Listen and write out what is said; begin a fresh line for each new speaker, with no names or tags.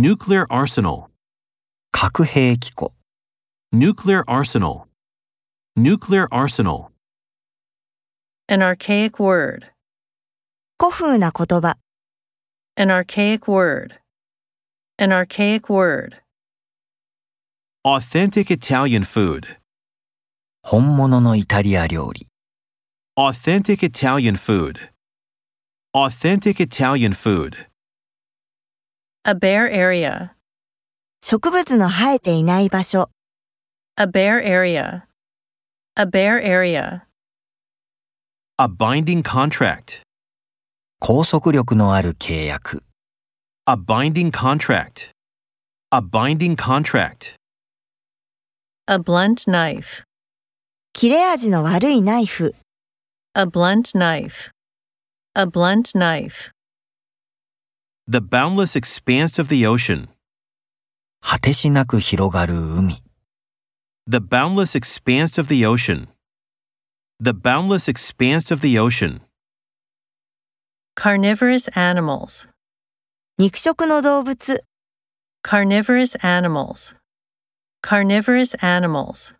Nuclear arsenal.
核兵器庫、
Nuclear arsenal. Nuclear arsenal.
An archaic word.
古風な言葉、
An archaic word. An archaic word.
Authentic Italian food.
本物のイタリア料理、
Authentic Italian food. Authentic Italian food.
A bare area.
植物の生えていない場所、
A bare area. A bare area.
A binding contract.
拘束力のある契約、
A binding contract. A binding contract.
A blunt knife.
切れ味の悪いナイフ、
A blunt knife. A blunt knife.
The boundless expanse of the ocean.
果てしなく広がる海、
The boundless expanse of the ocean. The boundless expanse of the ocean.
Carnivorous animals.
肉食の動物。
Carnivorous animals. Carnivorous animals.